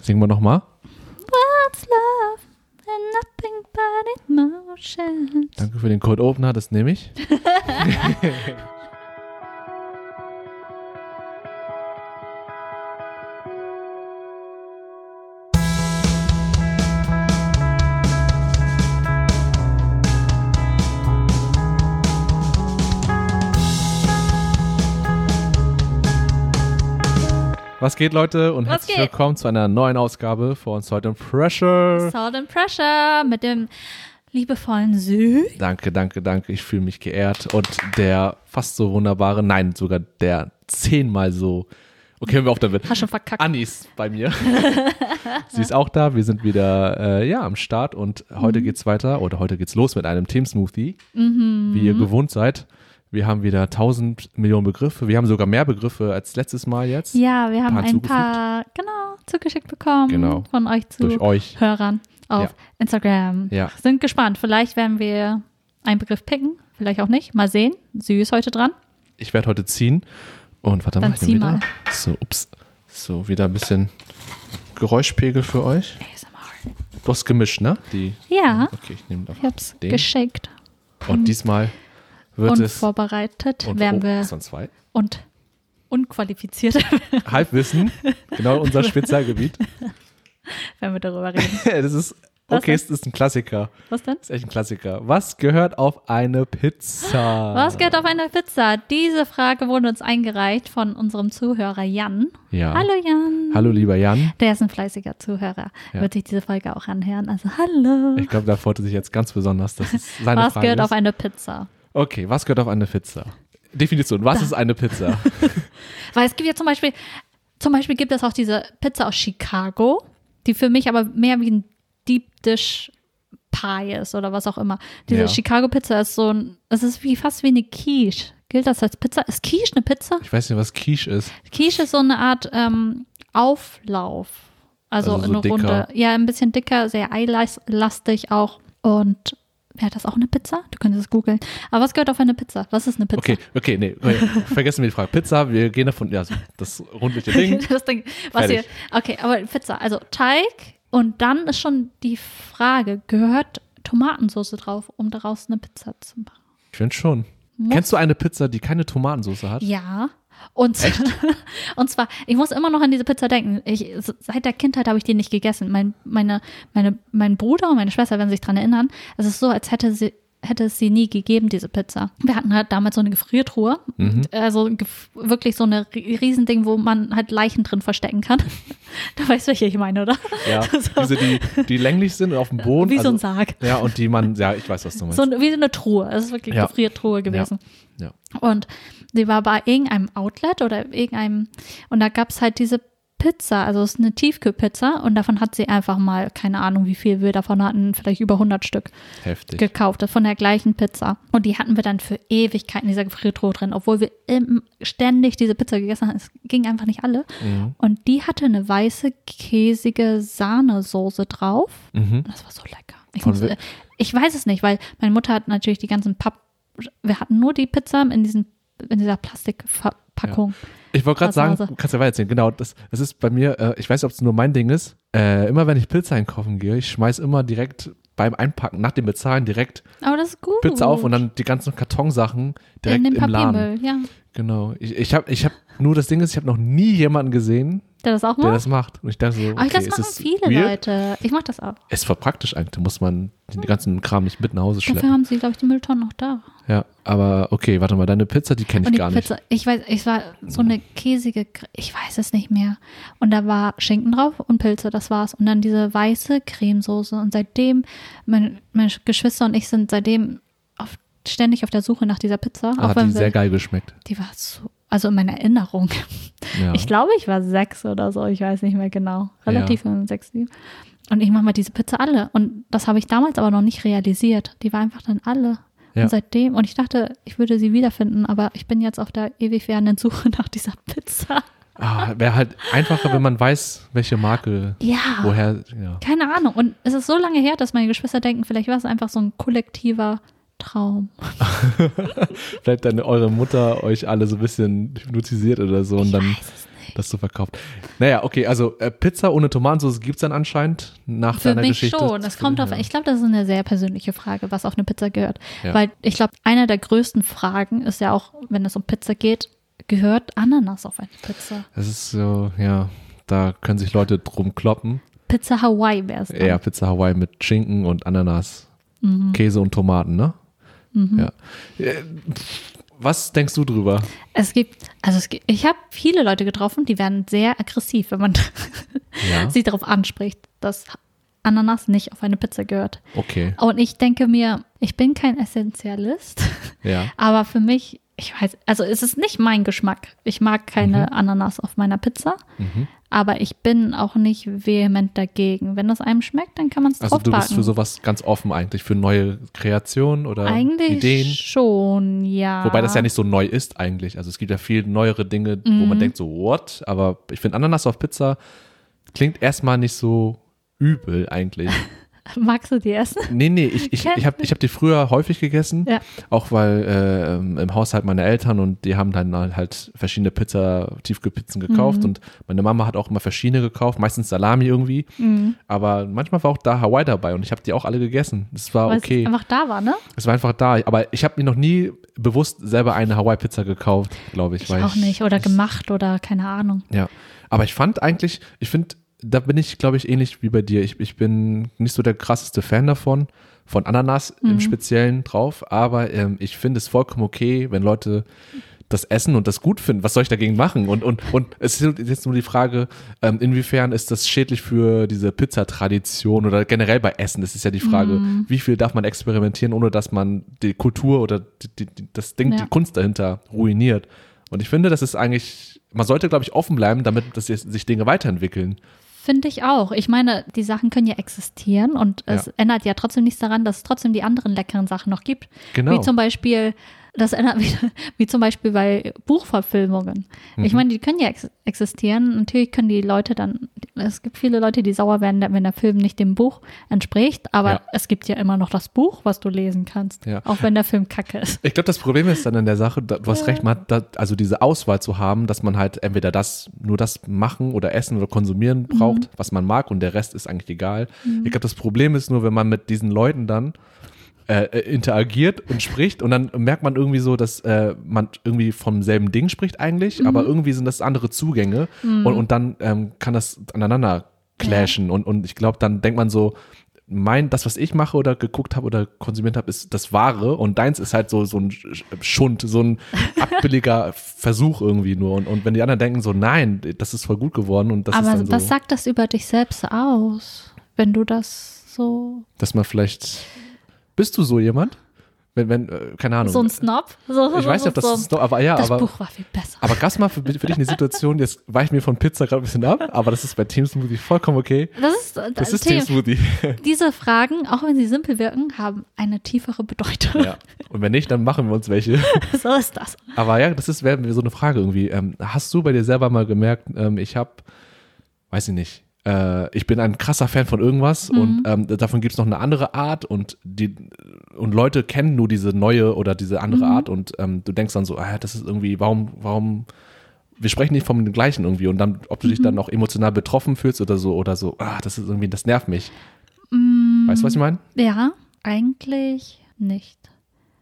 Singen wir nochmal. What's love and nothing but emotion? Danke für den Cold Opener, das nehme ich. Was geht, Leute? Und Was herzlich geht? willkommen zu einer neuen Ausgabe von Salt and Pressure. Salt and Pressure mit dem liebevollen Sü. Danke, danke, danke. Ich fühle mich geehrt. Und der fast so wunderbare, nein, sogar der zehnmal so. Okay, hören wir auf damit. Hast schon verkackt. Anni ist bei mir. Sie ist auch da. Wir sind wieder äh, ja, am Start und heute Mhm. geht's weiter oder heute geht's los mit einem Team Smoothie, Mhm. wie ihr gewohnt seid. Wir haben wieder 1000 Millionen Begriffe. Wir haben sogar mehr Begriffe als letztes Mal jetzt. ja, wir haben Paar ein paar, genau, zugeschickt bekommen Genau. von euch zu Durch euch. Hörern auf Ja. Instagram. Ja. Sind gespannt. Vielleicht werden wir einen Begriff picken, vielleicht auch nicht. Mal sehen. Sü ist heute dran. Ich werde heute ziehen. Und warte Dann mal, ich nehm zieh wieder. mal. So, ups. So, wieder ein bisschen Geräuschpegel für euch. ASMR. Du hast gemischt, ne? Die. Ja, Okay, ich nehme ich hab's einfach den. geschickt. Und diesmal wird und es. vorbereitet und- werden oh, wir das waren zwei. und unqualifiziert Halbwissen, genau unser Spezialgebiet. werden wir darüber reden. das ist, Was okay, denn? es ist ein Klassiker. Was denn? Das ist echt ein Klassiker. Was gehört auf eine Pizza? Was geht auf eine Pizza? Diese Frage wurde uns eingereicht von unserem Zuhörer Jan. Ja. Hallo Jan. Hallo, lieber Jan. Der ist ein fleißiger Zuhörer. Ja. Wird sich diese Folge auch anhören. Also hallo. Ich glaube, da freut er sich jetzt ganz besonders, dass es seine Was Frage gehört ist. auf eine Pizza? okay, was gehört auf eine Pizza? Definition, was ist eine Pizza? Weil es gibt ja zum Beispiel, zum Beispiel gibt es auch diese Pizza aus Chicago, die für mich aber mehr wie ein Deep Dish Pie ist oder was auch immer. Diese Ja. Chicago Pizza ist so ein, es ist wie fast wie eine Quiche. Gilt das als Pizza? Ist Quiche eine Pizza? Ich weiß nicht, was Quiche ist. Quiche ist so eine Art ähm, Auflauf. Also, Also so eine dicker. Runde. Ja, ein bisschen dicker, sehr eilastig auch. Und wäre das auch eine Pizza? Du könntest es googeln. Aber was gehört auf eine Pizza? Was ist eine Pizza? Okay, okay, nee, okay, vergessen wir die Frage. Pizza, wir gehen davon, ja, so das rundliche Ding. das Ding. Was hier, Fertig. okay, aber Pizza. Also Teig und dann ist schon die Frage, gehört Tomatensauce drauf, um daraus eine Pizza zu machen? Ich finde schon. Kennst du eine Pizza, die keine Tomatensauce hat? Ja. Und, und zwar, ich muss immer noch an diese Pizza denken. Ich, seit der Kindheit habe ich die nicht gegessen. Mein, meine, meine, mein Bruder und meine Schwester werden sich daran erinnern. Es ist so, als hätte sie hätte es sie nie gegeben, diese Pizza. Wir hatten halt damals so eine Gefriertruhe, also gef- wirklich so eine ri- Riesending, wo man halt Leichen drin verstecken kann. du weißt, welche ich meine, oder? Ja, So. diese, die, die länglich sind und auf dem Boden. Wie so ein also- Sarg. Ja, und die man, ja, ich weiß, was du meinst. So eine, wie so eine Truhe. Es ist wirklich Ja. eine Gefriertruhe gewesen. ja. ja. Und sie war bei irgendeinem Outlet oder irgendeinem, und da gab es halt diese Pizza, also es ist eine Tiefkühlpizza und davon hat sie einfach mal, keine Ahnung, wie viel wir davon hatten, vielleicht über 100 Stück Heftig. gekauft, von der gleichen Pizza. Und die hatten wir dann für Ewigkeiten in dieser Gefriertruhe drin, obwohl wir im, ständig diese Pizza gegessen haben. Es ging einfach nicht alle. Mhm. Und die hatte eine weiße, käsige Sahnesoße drauf. Mhm. Das war so lecker. Ich, Von muss, we- äh, ich weiß es nicht, weil meine Mutter hat natürlich die ganzen Papp. Wir hatten nur die Pizza in, diesen, in dieser Plastikverpackung. Ich wollte gerade sagen, Krass, also. kannst du ja weiterzählen. Genau, das, das ist bei mir, äh, ich weiß, ob es nur mein Ding ist. Äh, immer wenn ich Pilze einkaufen gehe, ich schmeiß immer direkt beim Einpacken, nach dem Bezahlen direkt Aber das ist gut. Pilze auf und dann die ganzen Kartonsachen direkt Oh. in den im Laden. Papiermüll, ja. Genau. Ich, ich habe ich hab, nur das Ding ist, ich habe noch nie jemanden gesehen, Der das auch der macht. das macht. Und ich dachte so, okay, Aber ich das ist machen das viele weird? Leute. Ich mache das auch. Es ist voll praktisch eigentlich, da muss man den ganzen Kram nicht mit nach Hause Dafür schleppen. haben sie, glaube ich, die Mülltonnen noch da. Ja, aber okay, warte mal, deine Pizza, die kenne und ich die gar nicht. Pizza, ich weiß, ich war so eine käsige, Cre- ich weiß es nicht mehr. Und da war Schinken drauf und Pilze, das war's. Und dann diese weiße Cremesoße. Und seitdem, meine, meine Geschwister und ich sind seitdem auf, ständig auf der Suche nach dieser Pizza. Ah, auch hat wenn die wir, sehr geil geschmeckt. die war so, also in meiner Erinnerung. Ja. Ich glaube, ich war sechs oder so, ich weiß nicht mehr genau. Relativ in sechs, sieben. Und ich mache mal diese Pizza alle. Und das habe ich damals aber noch nicht realisiert. Die war einfach dann alle. Ja. Und seitdem, und ich dachte, ich würde sie wiederfinden, aber ich bin jetzt auf der ewig währenden Suche nach dieser Pizza. Ah, Wäre halt einfacher, wenn man weiß, welche Marke, Ja. woher. Ja. Keine Ahnung. Und es ist so lange her, dass meine Geschwister denken, vielleicht war es einfach so ein kollektiver Traum. Vielleicht dann eure Mutter euch alle so ein bisschen hypnotisiert oder so und dann weiß es nicht. das so verkauft. Naja, okay, also äh, Pizza ohne Tomatensauce gibt es dann anscheinend nach Für deiner mich Geschichte. schon. Das kommt auf. Ja. Ich glaube, das ist eine sehr persönliche Frage, was auf eine Pizza gehört. Ja. Weil ich glaube, einer der größten Fragen ist ja auch, wenn es um Pizza geht, gehört Ananas auf eine Pizza. Das ist so, ja, da können sich Leute drum kloppen. Pizza Hawaii wäre es. dann. Ja, Mhm. Pizza Hawaii mit Schinken und Ananas, Käse und Tomaten, ne? Ja. Äh, Was denkst du drüber? Es gibt, also es gibt, ich habe viele Leute getroffen, die werden sehr aggressiv, wenn man Ja. sie darauf anspricht, dass Ananas nicht auf eine Pizza gehört. Okay, Und ich denke mir, ich bin kein Essentialist, ja. aber für mich, ich weiß, also es ist nicht mein Geschmack. Ich mag keine Ananas auf meiner Pizza, Mhm. aber ich bin auch nicht vehement dagegen. Wenn das einem schmeckt, dann kann man es Also du draufpacken. bist für sowas ganz offen eigentlich, für neue Kreationen oder Eigentlich Ideen. schon, ja. Wobei das ja Mhm. nicht so neu ist eigentlich. Also es gibt ja viel neuere Dinge, wo man denkt so, what? Aber ich finde Ananas auf Pizza klingt erstmal nicht so übel eigentlich. Magst du die essen? Nee, nee, ich, ich, ich habe ich hab die früher häufig gegessen, Ja. auch weil äh, ähm, im Haushalt meiner Eltern und die haben dann halt verschiedene Pizza, Tiefkühlpizzen gekauft Mhm. und meine Mama hat auch immer verschiedene gekauft, meistens Salami irgendwie, Mhm. aber manchmal war auch da Hawaii dabei und ich habe die auch alle gegessen. Es war Weil Ah, okay, es einfach da war, ne? es war einfach da, aber ich habe mir noch nie bewusst selber eine Hawaii-Pizza gekauft, glaube ich. Ich weil auch nicht. Oder ich- gemacht oder keine Ahnung. Ja, aber ich fand eigentlich, ich finde, da bin ich, glaube ich, ähnlich wie bei dir. Ich, ich bin nicht so der krasseste Fan davon, von Ananas im Speziellen drauf, aber ähm, ich finde es vollkommen okay, wenn Leute das essen und das gut finden. Was soll ich dagegen machen? Und, und, und es ist jetzt nur die Frage, ähm, inwiefern ist das schädlich für diese Pizzatradition oder generell bei Essen? Das ist ja die Frage, wie viel darf man experimentieren, ohne dass man die Kultur oder die, die, die, das Ding, Ja. die Kunst dahinter ruiniert. Und ich finde, das ist eigentlich, man sollte, glaube ich, offen bleiben, damit dass jetzt sich Dinge weiterentwickeln. Finde ich auch. Ich meine, die Sachen können ja existieren und es Ja. ändert ja trotzdem nichts daran, dass es trotzdem die anderen leckeren Sachen noch gibt. Genau. Wie zum Beispiel, das ändert mich, wie zum Beispiel bei Buchverfilmungen. Mhm. Ich meine, die können ja ex existieren. Natürlich können die Leute dann, es gibt viele Leute, die sauer werden, wenn der Film nicht dem Buch entspricht, aber Ja. es gibt ja immer noch das Buch, was du lesen kannst, Ja. auch wenn der Film kacke ist. Ich glaube, das Problem ist dann an der Sache, da- du hast recht, man hat da, also diese Auswahl zu haben, dass man halt entweder das, nur das machen oder essen oder konsumieren braucht, was man mag und der Rest ist eigentlich egal. Ich glaube, das Problem ist nur, wenn man mit diesen Leuten dann äh, äh, interagiert und spricht und dann merkt man irgendwie so, dass äh, man irgendwie vom selben Ding spricht eigentlich, Mhm. aber irgendwie sind das andere Zugänge und, und dann ähm, kann das aneinander clashen und, und ich glaube, dann denkt man so, mein, das, was ich mache oder geguckt habe oder konsumiert habe, ist das Wahre und deins ist halt so, so ein Sch- Schund, so ein abbilliger Versuch irgendwie nur und, und wenn die anderen denken so, nein, das ist voll gut geworden und das ist aber dann was so, sagt das über dich selbst aus, wenn du das so, dass man vielleicht, bist du so jemand? Wenn, wenn, äh, keine Ahnung. so ein Snob? So, Ich weiß nicht, ob das so, ist, aber ja, das aber, Buch war viel besser. aber gab's mal für, für dich eine Situation, jetzt weichen wir von Pizza gerade ein bisschen ab, aber das ist bei Team Smoothie vollkommen okay. das ist, äh, Das ist Thema. Team Smoothie. Diese Fragen, auch wenn sie simpel wirken, haben eine tiefere Bedeutung. Ja. Und wenn nicht, dann machen wir uns welche. So ist das. Aber ja, das ist wäre so eine Frage irgendwie. Ähm, hast du bei dir selber mal gemerkt, ähm, ich habe, weiß ich nicht, äh, ich bin ein krasser Fan von irgendwas und ähm, davon gibt es noch eine andere Art und die und Leute kennen nur diese neue oder diese andere Art und ähm, du denkst dann so, ah, das ist irgendwie, warum, warum, wir sprechen nicht vom gleichen irgendwie und dann, ob du dich dann auch emotional betroffen fühlst oder so oder so, ah, das ist irgendwie, das nervt mich. Weißt du, was ich meine? Ja, eigentlich nicht.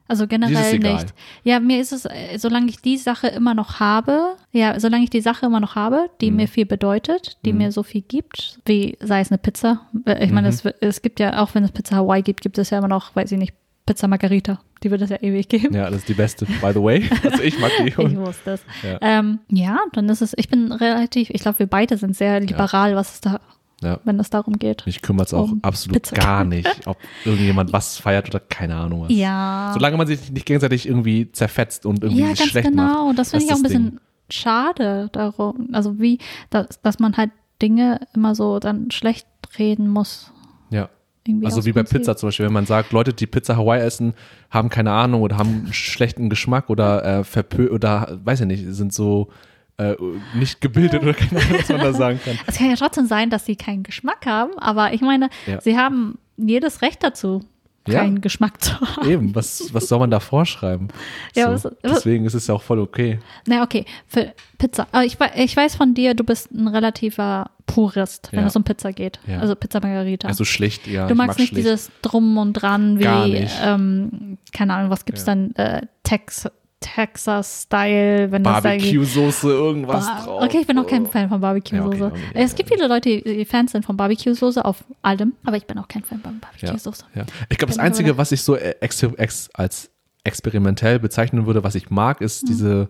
Also Dir ist es generell egal. nicht. Ja, mir ist es, äh, solange ich die Sache immer noch habe, ja, solange ich die Sache immer noch habe, Mhm. die mir viel bedeutet, die mir so viel gibt, wie sei es eine Pizza. Äh, Ich meine, Mhm. es, es gibt ja, auch wenn es Pizza Hawaii gibt, gibt es ja immer noch, weiß ich nicht, Pizza Margarita. Die wird es ja ewig geben. Ja, das ist die beste, by the way. Also ich mag die. Ich wusste es. Ja. Ja. Ähm, ja, dann ist es, ich bin relativ, ich glaube, wir beide sind sehr liberal, was es da, Ja. wenn es darum geht. Mich kümmert es auch Um absolut Pizza. gar nicht, ob irgendjemand was feiert oder keine Ahnung was. Ja. Solange man sich nicht gegenseitig irgendwie zerfetzt und irgendwie ja, sich ganz schlecht genau. macht. Das finde ich ist auch ein bisschen Ding. schade darum. Also wie, dass, dass man halt Dinge immer so dann schlecht reden muss. Ja. Irgendwie Also aus wie bei Prinzip. Pizza zum Beispiel, wenn man sagt, Leute, die Pizza Hawaii essen, haben keine Ahnung oder haben einen schlechten Geschmack oder äh, verpö oder weiß ich nicht, sind so äh, nicht gebildet oder keine Ahnung, was man da sagen kann. Es kann ja trotzdem sein, dass sie keinen Geschmack haben, aber ich meine, Ja. sie haben jedes Recht dazu. Ja. keinen Geschmack zu haben. Eben, was, was soll man da vorschreiben? Ja, so, was- was- deswegen ist es ja auch voll okay. Na, okay, für Pizza. Aber ich, wei- ich weiß von dir, du bist ein relativer Purist, wenn Ja. es um Pizza geht. Ja. Also Pizza Margarita. Also schlicht, ja. du ich magst mag nicht schlicht. dieses Drum und Dran Gar wie, nicht. ähm, keine Ahnung, was gibt's Ja. dann? Äh, Tex Texas-Style, wenn das da geht. Barbecue-Soße, irgendwas Ba- drauf. Oh. Okay, ich bin auch kein so. Fan von Barbecue-Soße. Ja, okay, okay, es ja, gibt viele Leute, die Fans sind von Barbecue-Soße auf allem, aber ich bin auch kein Fan von Ja, Hm. Barbecue-Soße. ja. Ich glaube, das Bin ich aber- Einzige, was ich so äh, ex ex als experimentell bezeichnen würde, was ich mag, ist diese.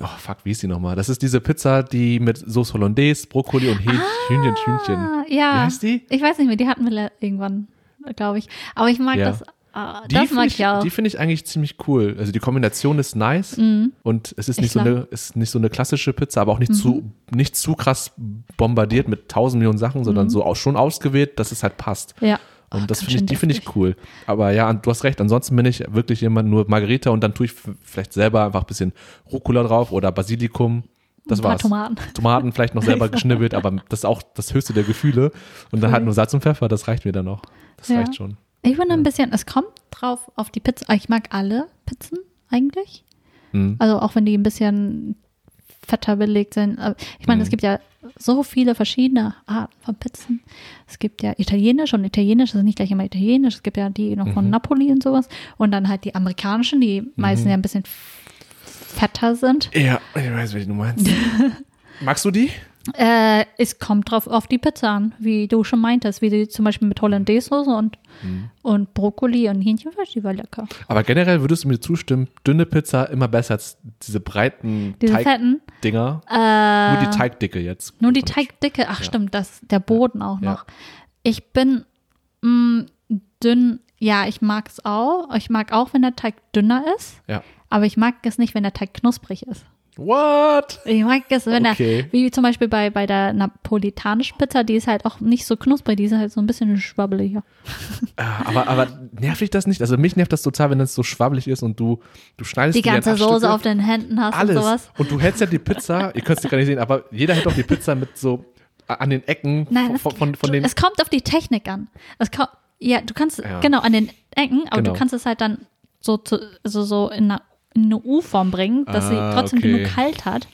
Oh, fuck, wie ist die nochmal? Das ist diese Pizza, die mit Soße Hollandaise, Brokkoli und Hähnchen, Hühnchen, Hühnchen. Ah, ja. Wie heißt die? Ich weiß nicht mehr, die hatten wir le- irgendwann, glaube ich. Aber ich mag Ja. das. ah, Die das finde mag ich, ich auch. Die finde ich eigentlich ziemlich cool. Also die Kombination ist nice und es ist nicht, Ich so mag- eine, ist nicht so eine klassische Pizza, aber auch nicht, zu, nicht zu krass bombardiert mit tausend Millionen Sachen, sondern so auch schon ausgewählt, dass es halt passt. ja. Und Oh, das ganz finde ich, schön die finde deftig. ich cool. Aber ja, du hast recht. Ansonsten bin ich wirklich jemand nur Margarita und dann tue ich f- vielleicht selber einfach ein bisschen Rucola drauf oder Basilikum. Das Ein paar Genau. war's. Tomaten. Tomaten vielleicht noch selber geschnibbelt, aber das ist auch das höchste der Gefühle. Und dann halt nur Salz und Pfeffer, das reicht mir dann noch. Das Ja. reicht schon. Ich bin ein bisschen, es kommt drauf auf die Pizza. Ich mag alle Pizzen eigentlich. Mhm. Also auch wenn die ein bisschen fetter belegt sind. Aber Ich meine, es gibt ja so viele verschiedene Arten von Pizzen. Es gibt ja italienisch und italienisch ist nicht gleich immer italienisch. Es gibt ja die noch von Napoli und sowas. Und dann halt die amerikanischen, die meistens ja ein bisschen fetter sind. Ja, ich weiß, welche du meinst. Magst du die? Äh, es kommt drauf auf die Pizza an, wie du schon meintest, wie die zum Beispiel mit Hollandaise-Soße und, und Brokkoli und Hähnchenfleisch, die war lecker. Aber generell würdest du mir zustimmen, dünne Pizza immer besser als diese breiten Diese fetten, Teigdinger. äh, Nur die Teigdicke jetzt. nur die Teigdicke, ach stimmt, das, der Boden auch Ja. noch. Ich bin mh, dünn, ja, ich mag es auch. Ich mag auch, wenn der Teig dünner ist, Ja. aber ich mag es nicht, wenn der Teig knusprig ist. What? Ich mag es, wenn Okay. er, wie zum Beispiel bei, bei der napolitanischen Pizza, die ist halt auch nicht so knusprig, die ist halt so ein bisschen schwabbeliger. Ah, Aber, aber nervt dich das nicht? Also mich nervt das total, wenn das so schwabbelig ist und du, du schneidest die dir ganze in acht Soße Stücke, auf den Händen hast alles. und sowas. Und du hättest ja die Pizza, ihr könnt es gar nicht sehen, aber jeder hätte doch die Pizza mit so a- an den Ecken Nein, von, es, von, von den. es kommt auf die Technik an. Es kommt, ja, du kannst, Ja. genau, an den Ecken, aber Genau. du kannst es halt dann so, zu, also so in eine, in eine U-Form bringen, dass Ah, sie trotzdem okay. Ah. genug kalt hat,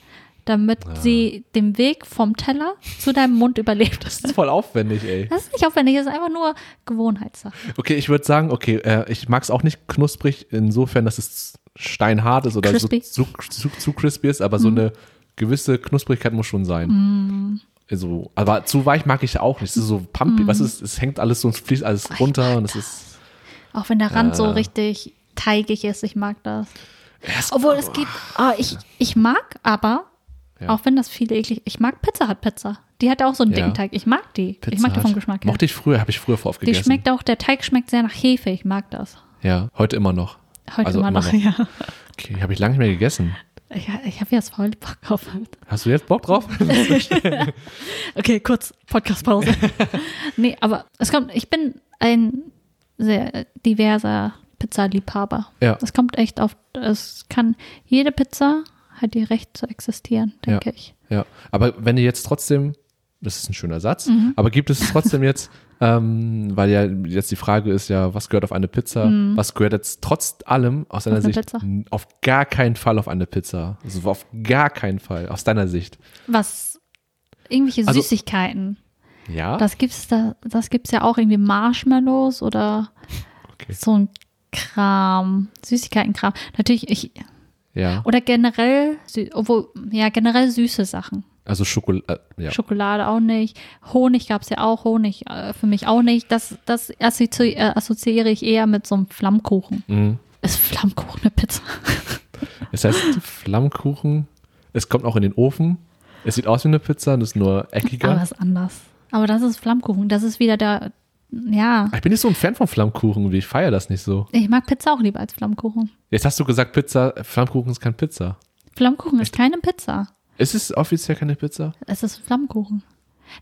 damit sie den Weg vom Teller zu deinem Mund überlebt. Das ist voll aufwendig, ey. Das ist nicht aufwendig, das ist einfach nur Gewohnheitssache. Okay, ich würde sagen, okay, äh, ich mag es auch nicht knusprig, insofern, dass es steinhart ist oder so, Crispy. Mhm. zu, zu, zu crispy ist, aber so eine gewisse Knusprigkeit muss schon sein. Also, aber zu weich mag ich auch nicht. Es ist so Mhm. pumpy, was ist, es hängt alles so, es fließt alles runter und es ist. Auch wenn der Rand so Ah. richtig teigig ist, ich mag das. es- Obwohl es gibt, ah, ich, ich mag aber, Ja. auch wenn das viele eklig, ich mag Pizza hat Pizza. Die hat auch so einen Ja. dicken Teig. Ich mag die. ich mag die Hut. vom Geschmack her. Mochte ich früher, habe ich früher vor oft Die gegessen. schmeckt auch, der Teig schmeckt sehr nach Hefe. Ich mag das. Ja, heute immer noch. Heute Also mal immer noch, noch. ja. Okay, habe ich lange nicht mehr gegessen. Ich, ich habe jetzt voll Bock auf. Hast du jetzt Bock drauf? Okay, kurz Podcast-Pause. nee, aber es kommt, ich bin ein sehr diverser Pizzaliebhaber. Ja. Es kommt echt auf, es kann, jede Pizza hat ihr Recht zu existieren, denke ich. ja, aber wenn ihr jetzt trotzdem, das ist ein schöner Satz, Mhm. aber gibt es trotzdem jetzt, ähm, weil ja jetzt die Frage ist ja, was gehört auf eine Pizza? Was gehört jetzt trotz allem aus deiner Mhm. Auf eine Sicht Pizza? n- auf gar keinen Fall auf eine Pizza? Also auf gar keinen Fall, aus deiner Sicht. Was, irgendwelche Also- Süßigkeiten. Ja? Das gibt's da, das gibt's ja auch irgendwie Marshmallows oder Okay. so ein Kram, Süßigkeitenkram. Natürlich, ich, ja. oder generell, sü- obwohl, ja, generell süße Sachen. Also Schokolade, äh, ja. Schokolade auch nicht. Honig gab's ja auch, Honig äh, für mich auch nicht. Das, das assozi äh, assoziiere ich eher mit so einem Flammkuchen. Mhm. Ist Flammkuchen eine Pizza? Es heißt Flammkuchen, es kommt auch in den Ofen, es sieht aus wie eine Pizza und ist nur eckiger. Aber ist anders. Aber das ist Flammkuchen. Das ist wieder der, ja. Ich bin nicht so ein Fan von Flammkuchen, wie ich feiere das nicht so. Ich mag Pizza auch lieber als Flammkuchen. Jetzt hast du gesagt, Pizza, Flammkuchen ist keine Pizza. Flammkuchen ist keine Pizza. Ist es offiziell keine Pizza? Es ist Flammkuchen.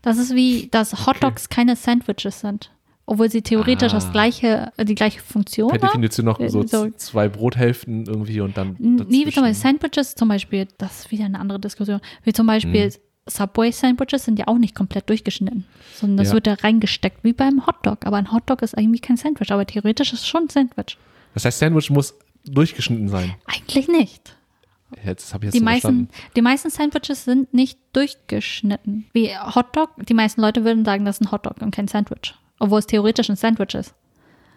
Das ist wie, dass Hotdogs keine Sandwiches sind. Obwohl sie theoretisch Ah. das gleiche, die gleiche Funktion Per haben. Definition noch so, Äh, so- z- zwei Brothälften irgendwie und dann. Nee, wie zum dazwischen. Mhm. Beispiel Sandwiches zum Beispiel, das ist wieder eine andere Diskussion. Wie zum Beispiel Subway-Sandwiches sind ja auch nicht komplett durchgeschnitten, sondern das Ja. wird da reingesteckt, wie beim Hotdog. Aber ein Hotdog ist irgendwie kein Sandwich, aber theoretisch ist es schon ein Sandwich. Das heißt, Sandwich muss durchgeschnitten sein. Eigentlich nicht. Jetzt habe ich jetzt Die so meisten, verstanden. die meisten Sandwiches sind nicht durchgeschnitten. Wie Hotdog, die meisten Leute würden sagen, das ist ein Hotdog und kein Sandwich. Obwohl es theoretisch ein Sandwich ist.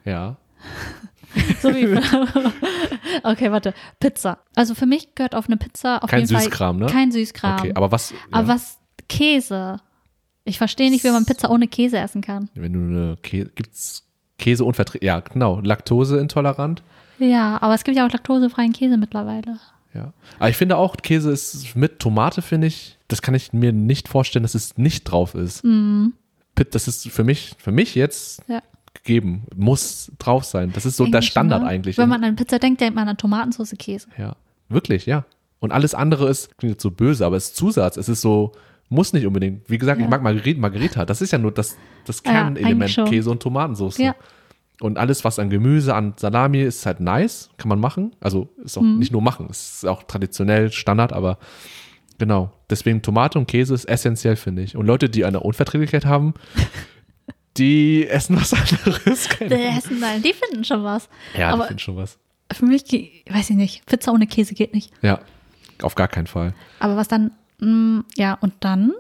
Ja. So wie. okay, warte. Pizza. Also für mich gehört auf eine Pizza auf Kein jeden Fall Süßkram, ne? kein Süßkram. Okay, aber was, Aber ja, was Käse? Ich verstehe nicht, wie man Pizza ohne Käse essen kann. wenn du eine Käse, gibt's Käse unverträglich, ja genau, Laktoseintolerant, Ja, aber es gibt ja auch laktosefreien Käse mittlerweile. ja. Aber ich finde auch, Käse ist mit Tomate, finde ich, das kann ich mir nicht vorstellen, dass es nicht drauf ist. Mhm. Pit- Das ist für mich, für mich jetzt Ja. gegeben, muss drauf sein. Das ist so der Eigentlich, Standard ne? eigentlich. Wenn man an Pizza denkt, denkt man an Tomatensauce Käse. ja, wirklich, ja. Und alles andere ist, klingt jetzt so böse, aber es ist Zusatz, es ist so, muss nicht unbedingt. Wie gesagt, Ja. ich mag Margarita, Margarita, das ist ja nur das, das Ja, eigentlich Kernelement, schon. Käse und Tomatensauce. Ja. Und alles, was an Gemüse, an Salami ist, halt nice, kann man machen. Also ist Mhm. auch nicht nur machen, es ist auch traditionell Standard, aber genau. Deswegen Tomate und Käse ist essentiell, finde ich. Und Leute, die eine Unverträglichkeit haben, die essen was anderes. Die Keine Ahnung. essen dann, die finden schon was. Ja, ich aber finde schon was. für mich, ge- weiß ich nicht, Pizza ohne Käse geht nicht. Ja, auf gar keinen Fall. Aber was dann, mm, ja, und dann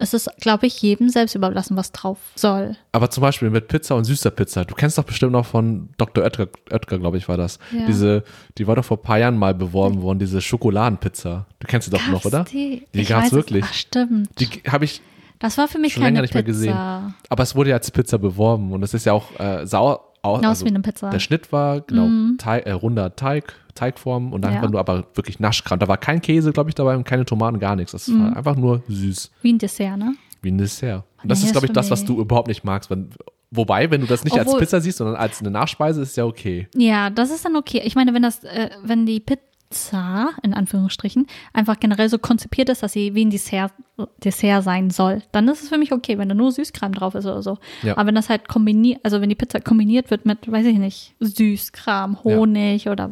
ist es, glaube ich, jedem selbst überlassen, was drauf soll. Aber zum Beispiel mit Pizza und süßer Pizza. Du kennst doch bestimmt noch von Dr. Oetker, Oetker glaube ich, war das. Ja. Diese, die war doch vor ein paar Jahren mal beworben worden, diese Schokoladenpizza. Du kennst sie doch noch, oder? Die, Die Ich gab's weiß es- wirklich. Ach, stimmt. Die habe ich das war für mich schon keine länger nicht mehr Pizza. gesehen. Aber es wurde ja als Pizza beworben und es ist ja auch äh, sauer. Aus, Aus wie eine Pizza. Mhm. Der Schnitt war, genau, Teig, äh, runder Teig, Teigform und dann Ja. war nur aber wirklich Naschkram. Da war kein Käse, glaube ich, dabei und keine Tomaten, gar nichts. Das Mhm. war einfach nur süß, Wie ein Dessert, ne? wie ein Dessert. Und das Nee, ist, glaube das ich, das, was finde du überhaupt nicht magst. Wenn, wobei, wenn du das nicht als Obwohl- Pizza siehst, sondern als eine Nachspeise, ist ja okay. Ja, das ist dann okay. Ich meine, wenn das, äh, wenn die Pizza, in Anführungsstrichen, einfach generell so konzipiert ist, dass sie wie ein Dessert, Dessert sein soll, dann ist es für mich okay, wenn da nur Süßkram drauf ist oder so. Ja. Aber wenn das halt kombiniert, also wenn die Pizza kombiniert wird mit, weiß ich nicht, Süßkram, Honig oder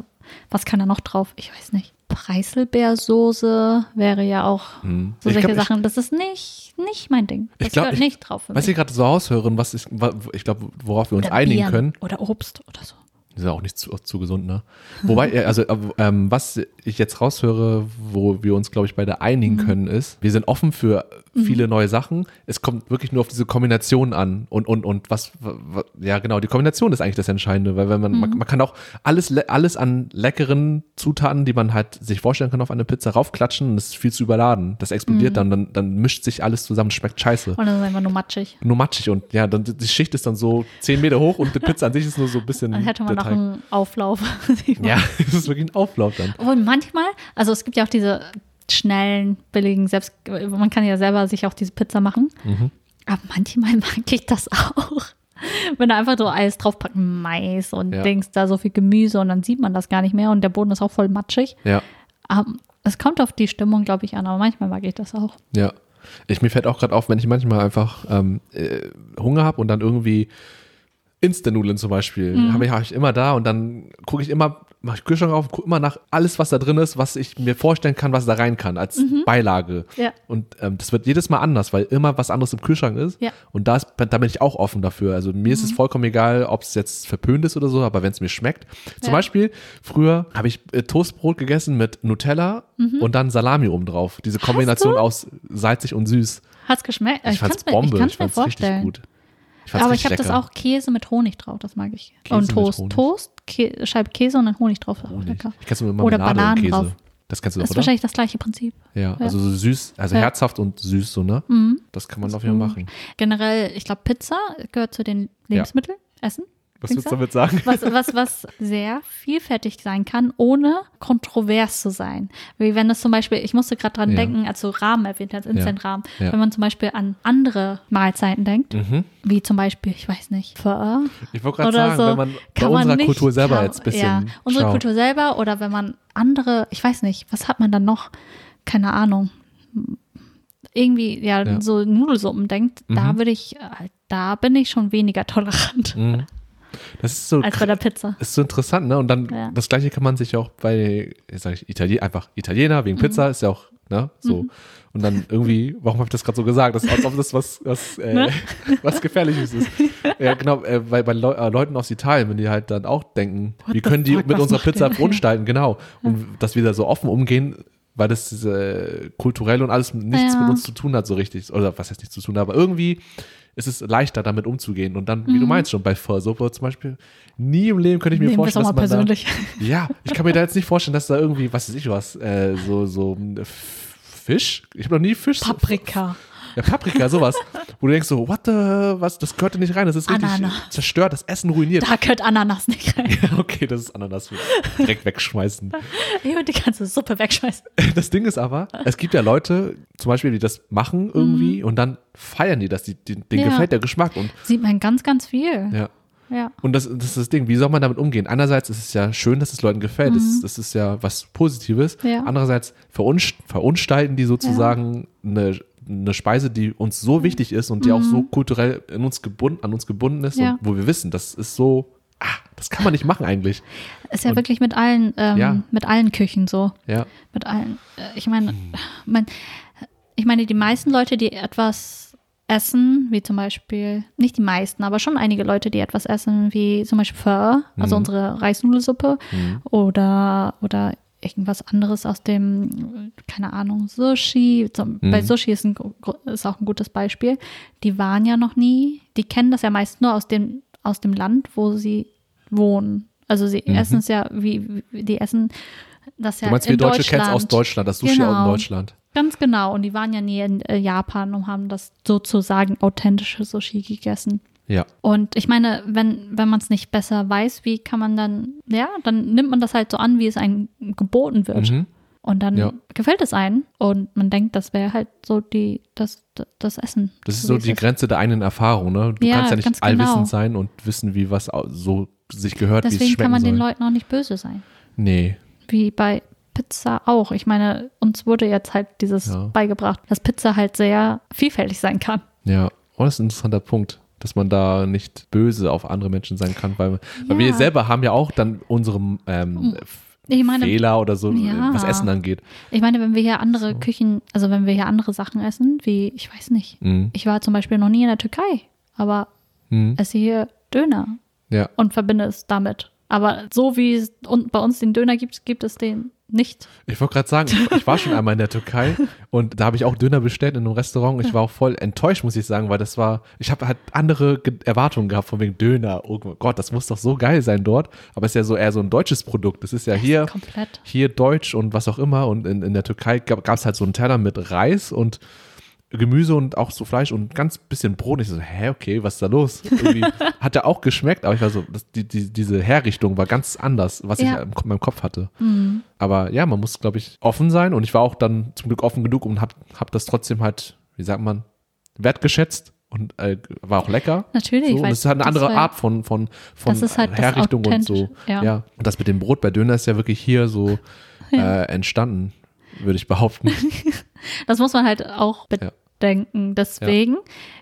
was kann da noch drauf? Ich weiß nicht. Preiselbeersoße wäre ja auch so Hm. Ich solche glaub, ich- Sachen. das ist nicht, nicht mein Ding. Das glaub, gehört ich- nicht drauf. Für Was mich. ich gerade so raushören, was ich, wa- ich glaube, worauf wir uns Oder einigen Beeren können, Oder Obst oder so. ist ja auch nicht zu, zu gesund, ne? Wobei, äh, also, äh, ähm, was ich jetzt raushöre, wo wir uns, glaube ich, beide einigen Mhm. können, ist, wir sind offen für viele neue Sachen. Es kommt wirklich nur auf diese Kombination an und, und, und was, wa- wa- ja, genau, die Kombination ist eigentlich das Entscheidende, weil wenn man, Mhm. man, man kann auch alles, le- alles an leckeren Zutaten, die man halt sich vorstellen kann, auf eine Pizza raufklatschen und es ist viel zu überladen. Das explodiert dann, dann, dann mischt sich alles zusammen, schmeckt scheiße Mhm. Und das ist einfach nur matschig. nur matschig und ja, dann die Schicht ist dann so 10 Meter hoch und die Pizza an sich ist nur so ein bisschen. Dann hätte der man noch Teig. einen Auflauf. Hm, Ja, es ist wirklich ein Auflauf dann. Obwohl manchmal, also es gibt ja auch diese schnellen, billigen, selbst, man kann ja selber sich auch diese Pizza machen. Mhm. Aber manchmal mag ich das auch. Wenn da einfach so alles draufpackt, Mais und Ja. Dings, da so viel Gemüse und dann sieht man das gar nicht mehr und der Boden ist auch voll matschig. Ja, Ähm, es kommt auf die Stimmung, glaube ich, an, aber manchmal mag ich das auch. ja. Ich, mir fällt auch gerade auf, wenn ich manchmal einfach ähm, äh, Hunger habe und dann irgendwie Instant-Nudeln zum Beispiel, Mhm. habe ich, hab ich immer da und dann gucke ich immer, mache ich Kühlschrank auf, gucke immer nach alles, was da drin ist, was ich mir vorstellen kann, was da rein kann, als Beilage. Mhm. Ja. Und ähm, das wird jedes Mal anders, weil immer was anderes im Kühlschrank ist. Ja. Mhm. Und da, ist, da bin ich auch offen dafür. Also mir ist es vollkommen egal, ob es jetzt verpönt ist oder so, aber wenn es mir schmeckt. Zum Ja. Beispiel, früher habe ich äh, Toastbrot gegessen mit Nutella Mhm. und dann Salami oben drauf. Diese Kombination aus salzig und süß. Hat's geschmeckt? Ich, fand's kann's mir, Bombe. Ich kann's mir fand's richtig vorstellen. gut. Ich fand's Aber ich richtig habe das lecker. auch Käse mit Honig drauf, das mag ich. Käse und mit Toast. Honig. Toast, Kä Scheibe Käse und dann Honig drauf. ist auch Honig. lecker. Oh, Ich kenn's nur mit Oder Marmelade und Bananen Käse. drauf. Das kennst du doch, Das ist oder? wahrscheinlich das gleiche Prinzip. Ja, Ja. also so süß, also Ja. Mhm. herzhaft und süß, so, ne? Das kann man auf jeden Fall machen. Generell, ich glaube, Pizza gehört zu den Lebensmitteln, Essen. Was Denkst willst du du? damit sagen? Was, was, was sehr vielfältig sein kann, ohne kontrovers zu sein. Wie wenn das zum Beispiel, ich musste gerade dran Ja. denken, als du Rahmen erwähnt hast, Instant-Rahmen, Ja. wenn man zum Beispiel an andere Mahlzeiten denkt, Mhm. wie zum Beispiel, ich weiß nicht, Pho Ich wollte gerade oder sagen, so. wenn man bei man unserer nicht- Kultur selber kann- jetzt ein bisschen. Ja, unsere schaut. Kultur selber oder wenn man andere, ich weiß nicht, was hat man dann noch? Keine Ahnung. Irgendwie, ja, Ja. so Nudelsuppen denkt, da Mhm. würde ich, äh, da bin ich schon weniger tolerant Mhm. Das ist so, als bei der Pizza. ist so interessant, ne? Und dann Ja. Mhm. das Gleiche kann man sich auch bei, jetzt sag ich, Italien, einfach Italiener wegen Pizza ist ja auch ne? So. Und dann irgendwie, warum habe ich das gerade so gesagt? Das ist, als ob das was, was, äh, Ne? was Gefährliches ist. Ja, genau, äh, weil bei Leu äh, Leuten aus Italien, wenn die halt dann auch denken, What wie the können die fuck, mit was unserer macht Pizza der? verunstalten, genau. Und dass wir da so offen umgehen, weil das diese, kulturell und alles nichts Ja. mit uns zu tun hat, so richtig. Oder was heißt nichts zu tun, hat, aber irgendwie ist es leichter, damit umzugehen. Und dann, wie du meinst schon, bei Vorsuppe zum Beispiel, nie im Leben könnte ich mir Mhm. Nehmen wir es auch vorstellen, mal dass man da, persönlich. ja, ich kann mir da jetzt nicht vorstellen, dass da irgendwie, was weiß ich was, äh, so, so ein F- Fisch? Ich habe noch nie Fisch. Paprika. Ja, Paprika, sowas. Wo du denkst so, what the, was, das gehört da nicht rein, das ist richtig Ananas. zerstört, das Essen ruiniert. Da gehört Ananas nicht rein. okay, das ist Ananas, direkt wegschmeißen. Ich würde die ganze Suppe wegschmeißen. Das Ding ist aber, es gibt ja Leute, zum Beispiel, die das machen irgendwie und dann feiern die das, die, die, denen Mhm. Ja. gefällt der Geschmack und Sieht man ganz, ganz viel. ja. Ja. Und das, das ist das Ding, wie soll man damit umgehen? Einerseits ist es ja schön, dass es Leuten gefällt, das, das ist ja was Positives. Mhm. Ja. Andererseits verunst, verunstalten die sozusagen eine, eine Speise, die uns so wichtig ist und die auch so kulturell in uns gebunden, an uns gebunden ist, Mhm. Ja. und wo wir wissen, das ist so, ah, das kann man nicht machen eigentlich. Ist ja Und- wirklich mit allen, ähm, Ja. mit allen Küchen so. Ja, Mit allen. äh, Ich meine, man, ich meine, die meisten Leute, die etwas essen, wie zum Beispiel, nicht die meisten, aber schon einige Leute, die etwas essen, wie zum Beispiel Pho, also unsere Reisnudelsuppe oder, oder irgendwas anderes aus dem, keine Ahnung, Sushi. Zum, Bei Sushi ist, ein, gro- ist auch ein gutes Beispiel. Die waren ja noch nie, die kennen das ja meist nur aus dem, aus dem Land, wo sie wohnen. Also sie essen es ja, wie, wie die essen das ja du meinst, in wir Deutsche kennen es aus Deutschland, Deutschland. das Sushi aus Genau. Deutschland. Ganz genau. Und die waren ja nie in äh, Japan und haben das sozusagen authentische Sushi gegessen. Ja, Und ich meine, wenn, wenn man es nicht besser weiß, wie kann man dann, ja, dann nimmt man das halt so an, wie es einem geboten wird. mhm. Und dann Ja. gefällt es einem. Und man denkt, das wäre halt so die, das, das Essen. das ist wie so es die Grenze der eigenen Erfahrung. Ne? Du Ja, kannst ja nicht ganz genau. allwissend sein und wissen, wie was au- so sich gehört, wie es Deswegen schmecken kann man soll. den Leuten auch nicht böse sein. nee, Wie bei Pizza auch. Ich meine, uns wurde jetzt halt dieses Ja. beigebracht, dass Pizza halt sehr vielfältig sein kann. Ja, oh, das ist ein interessanter Punkt, dass man da nicht böse auf andere Menschen sein kann, weil, weil wir Ja. selber haben ja auch dann unsere ähm, F- Ich meine, Fehler oder so, äh, Ja. was Essen angeht. Ich meine, wenn wir hier andere Küchen, also wenn wir hier andere Sachen essen, wie, ich weiß nicht, Mhm. ich war zum Beispiel noch nie in der Türkei, aber Mhm. esse hier Döner Ja, und verbinde es damit. Aber so wie es un- bei uns den Döner gibt, gibt es den nicht. ich wollte gerade sagen, ich- ich war schon einmal in der Türkei und da habe ich auch Döner bestellt in einem Restaurant. Ich war auch voll enttäuscht, muss ich sagen, weil das war, ich habe halt andere Ge Erwartungen gehabt von wegen Döner. Oh Gott, das muss doch so geil sein dort. Aber es ist ja so eher so ein deutsches Produkt. Das ist ja hier. Komplett. hier Deutsch und was auch immer. Und in, in der Türkei gab es halt so einen Teller mit Reis und Gemüse und auch so Fleisch und ganz bisschen Brot. Und ich so, hä, okay, was ist da los? Irgendwie hat ja auch geschmeckt, aber ich war so, das, die, die, diese Herrichtung war ganz anders, was ich Ja. in meinem Kopf hatte. Aber ja, man muss, glaube ich, offen sein. Und ich war auch dann zum Glück offen genug und hab, hab das trotzdem halt, wie sagt man, wertgeschätzt und äh, war auch lecker. Natürlich, So, und weil es ist halt eine das andere war- Art von, von, von Das ist halt das Herrichtung und so. Authentisch- ja. Und das mit dem Brot bei Döner ist ja wirklich hier so äh, entstanden, würde ich behaupten. Das muss man halt auch Ja. bedenken. Deswegen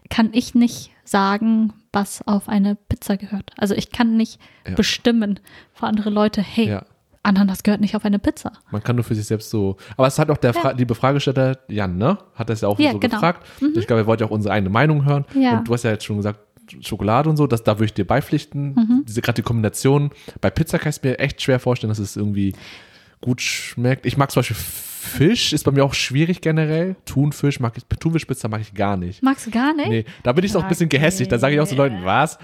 kann ich nicht sagen, was auf eine Pizza gehört. Also ich kann nicht Ja. bestimmen für andere Leute, hey, Ja. Ananas gehört nicht auf eine Pizza. Man kann nur für sich selbst so. Aber es hat auch der Fra liebe Fragesteller Jan, ne? Hat das ja auch Ja, so genau. gefragt. Ich glaube, er wollte ja auch unsere eigene Meinung hören. Ja. Und du hast ja jetzt schon gesagt, Schokolade und so, das, da würde ich dir beipflichten. Mhm. Diese gerade die Kombination. Bei Pizza kann ich es mir echt schwer vorstellen, dass es irgendwie gut schmeckt. Ich mag zum Beispiel Fisch, ist bei mir auch schwierig generell. Thunfisch mag ich, Thunfischpizza mag ich gar nicht. Magst du gar nicht? Nee, da bin ich doch ein bisschen gehässig. Da sage ich auch zu Leuten, was?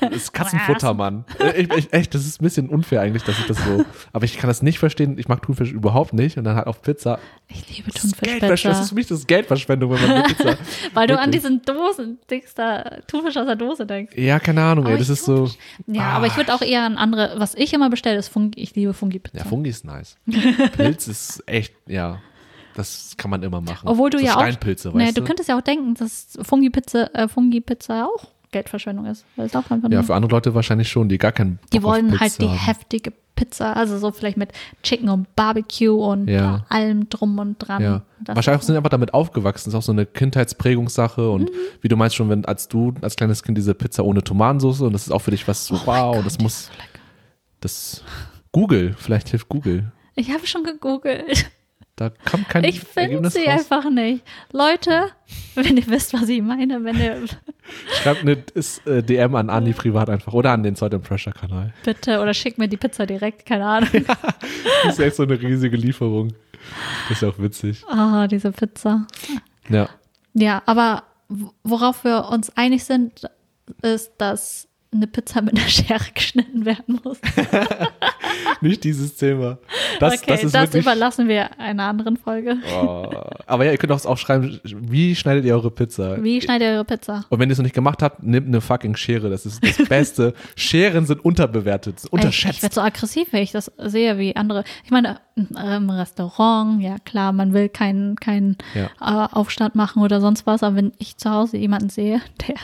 Das ist Katzenfutter, Was? Mann. Äh, Ich, ich, echt, das ist ein bisschen unfair eigentlich, dass ich das so. Aber ich kann das nicht verstehen. Ich mag Thunfisch überhaupt nicht. Und dann halt auf Pizza. Ich liebe Das ist, Geldversch- das ist Thunfischpizza. für mich das ist Geldverschwendung, wenn man eine Pizza. Weil du an Wirklich. diesen Dosen, Dings da, Thunfisch aus der Dose denkst. Ja, keine Ahnung, ey. Aber Das ich ist so. Ja, Ah. aber ich würde auch eher an andere, was ich immer bestelle, ist Fungi. Ich liebe Ja, Fungi-Pizza. Fungi ist nice. Pilz ist echt, ja. Das kann man immer machen. Obwohl du so ja auch. Steinpilze, nee, weißt du du? könntest ja auch denken, dass Fungi-Pizza äh, Fungi-Pizza auch Geldverschwendung ist. Weil es auch einfach Ja, nur, für andere Leute wahrscheinlich schon, die gar keinen. Bock die auf wollen Pilze halt die haben. heftige Pizza, also so vielleicht mit Chicken und Barbecue und Ja. äh, allem drum und dran. Ja. Das Wahrscheinlich sind wir einfach damit aufgewachsen. Das ist auch so eine Kindheitsprägungssache. Mhm. Und wie du meinst schon, wenn als du als kleines Kind diese Pizza ohne Tomatensauce und das ist auch für dich was so, Oh mein wow, Gott, das die muss ist so lecker. das Google, vielleicht hilft Google. Ich habe schon gegoogelt. Da kam kein Ich finde Ergebnis sie raus. einfach nicht. Leute, wenn ihr wisst, was ich meine, wenn ihr Schreibt eine ist, äh, DM an Andi privat einfach oder an den Salt and Pressure Kanal. bitte oder schickt mir die Pizza direkt, keine Ahnung. Das ist echt so eine riesige Lieferung. Ist ja auch witzig. Ah, diese Pizza. Ja. Ja, aber w- worauf wir uns einig sind, ist, dass eine Pizza mit einer Schere geschnitten werden muss. Nicht dieses Thema. Das, okay, das ist wirklich. überlassen wir einer anderen Folge. Oh. Aber ja, ihr könnt auch, auch schreiben, wie schneidet ihr eure Pizza? Wie schneidet ihr eure Pizza? Und wenn ihr es noch nicht gemacht habt, nehmt eine fucking Schere. Das ist das Beste. Scheren sind unterbewertet, sind Ich, ich unterschätzt. werde so aggressiv, wenn ich das sehe, wie andere. Ich meine, äh, im Restaurant, ja klar, man will keinen keinen Ja. äh, Aufstand machen oder sonst was, aber wenn ich zu Hause jemanden sehe, der.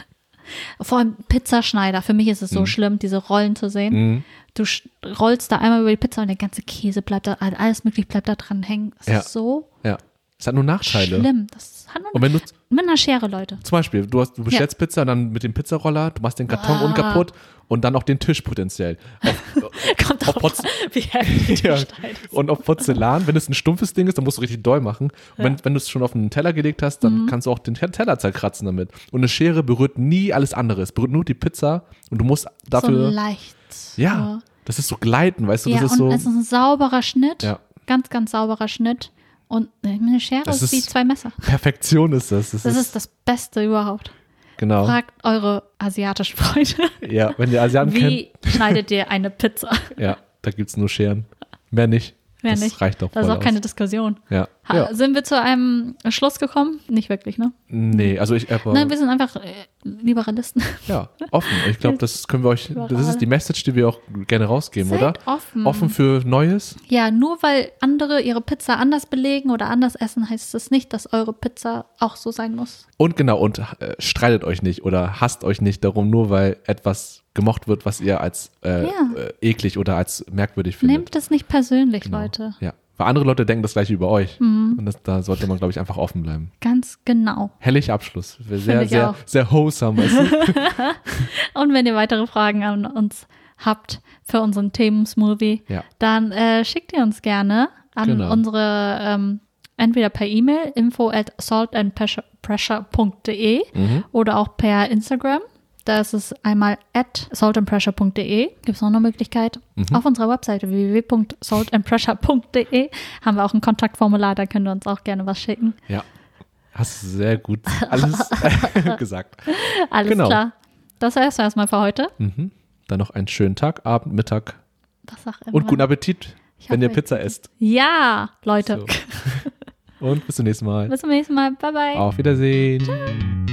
Vor allem Pizzaschneider, für mich ist es so schlimm, diese Rollen zu sehen. Mhm. Du sch- rollst da einmal über die Pizza und der ganze Käse bleibt da, also alles mögliche bleibt da dran hängen. Das Ja. ist so Ja. Es hat nur Nachteile. schlimm. Das hat Und nur wenn du mit einer Schere, Leute. zum Beispiel, du, hast, du bestellst Pizza und dann mit dem Pizzaroller, du machst den Ah. Karton unkaputt und dann auch den Tisch potenziell. Kommt Auf drauf Potz- an, wie heftig Ja. du schneidest. Und auf Porzellan, wenn es ein stumpfes Ding ist, dann musst du richtig doll machen. Und Wenn, wenn du es schon auf einen Teller gelegt hast, dann Mhm. kannst du auch den Te- Teller zerkratzen damit. Und eine Schere berührt nie alles andere. Es berührt nur die Pizza und du musst so dafür. leicht. ja, das ist so gleiten, weißt du? Ja, das und ist so. es ist ein sauberer Schnitt. Ja. Ganz, ganz sauberer Schnitt. Und eine Schere Das ist, wie ist- zwei Messer. Perfektion ist das. Das, Das ist, ist das Beste überhaupt. genau. Fragt eure asiatischen Freunde, Ja, wenn ihr Asiaten kennt, wie schneidet ihr eine Pizza? ja, da gibt es nur Scheren. Mehr nicht. Mehr das nicht. reicht doch Das ist voll auch aus. keine Diskussion. Ja. Ha, ja. Sind wir zu einem Schluss gekommen? Nicht wirklich, ne? Nee, also ich aber, Nein, wir sind einfach äh, Liberalisten. ja, offen. Ich glaube, das können wir euch, das ist die Message, die wir auch gerne rausgeben, Seid oder? offen. Offen für Neues? Ja, nur weil andere ihre Pizza anders belegen oder anders essen, heißt es nicht, dass eure Pizza auch so sein muss. Und genau, und äh, streitet euch nicht oder hasst euch nicht darum, nur weil etwas gemocht wird, was ihr als äh, Ja. äh, eklig oder als merkwürdig findet. Nehmt es nicht persönlich, Genau. Leute. Mhm. Ja. Weil andere Leute denken das gleiche über euch. Und das, da sollte man, glaube ich, einfach offen bleiben. Ganz genau. Herrlicher Abschluss. Sehr, ich sehr, auch. sehr wholesome. Weißt du? Und wenn ihr weitere Fragen an uns habt für unseren Themen-Smoothie, Ja. dann äh, schickt ihr uns gerne an Genau. unsere, ähm, entweder per E-Mail info at saltandpressure.de Mhm. oder auch per Instagram. Da ist es einmal at saltandpressure.de. Gibt es noch eine Möglichkeit? Mhm. Auf unserer Webseite www.saltandpressure.de haben wir auch ein Kontaktformular, da könnt ihr uns auch gerne was schicken. ja. Hast du sehr gut alles gesagt. Alles Genau. klar. Das war's erstmal für heute. Mhm. Dann noch einen schönen Tag, Abend, Mittag Was auch und immer. guten Appetit, Ich wenn ihr hoffe, ich- Pizza esst. Ja, Leute. So. Und bis zum nächsten Mal. Bis zum nächsten Mal. Bye, bye. Auf Wiedersehen.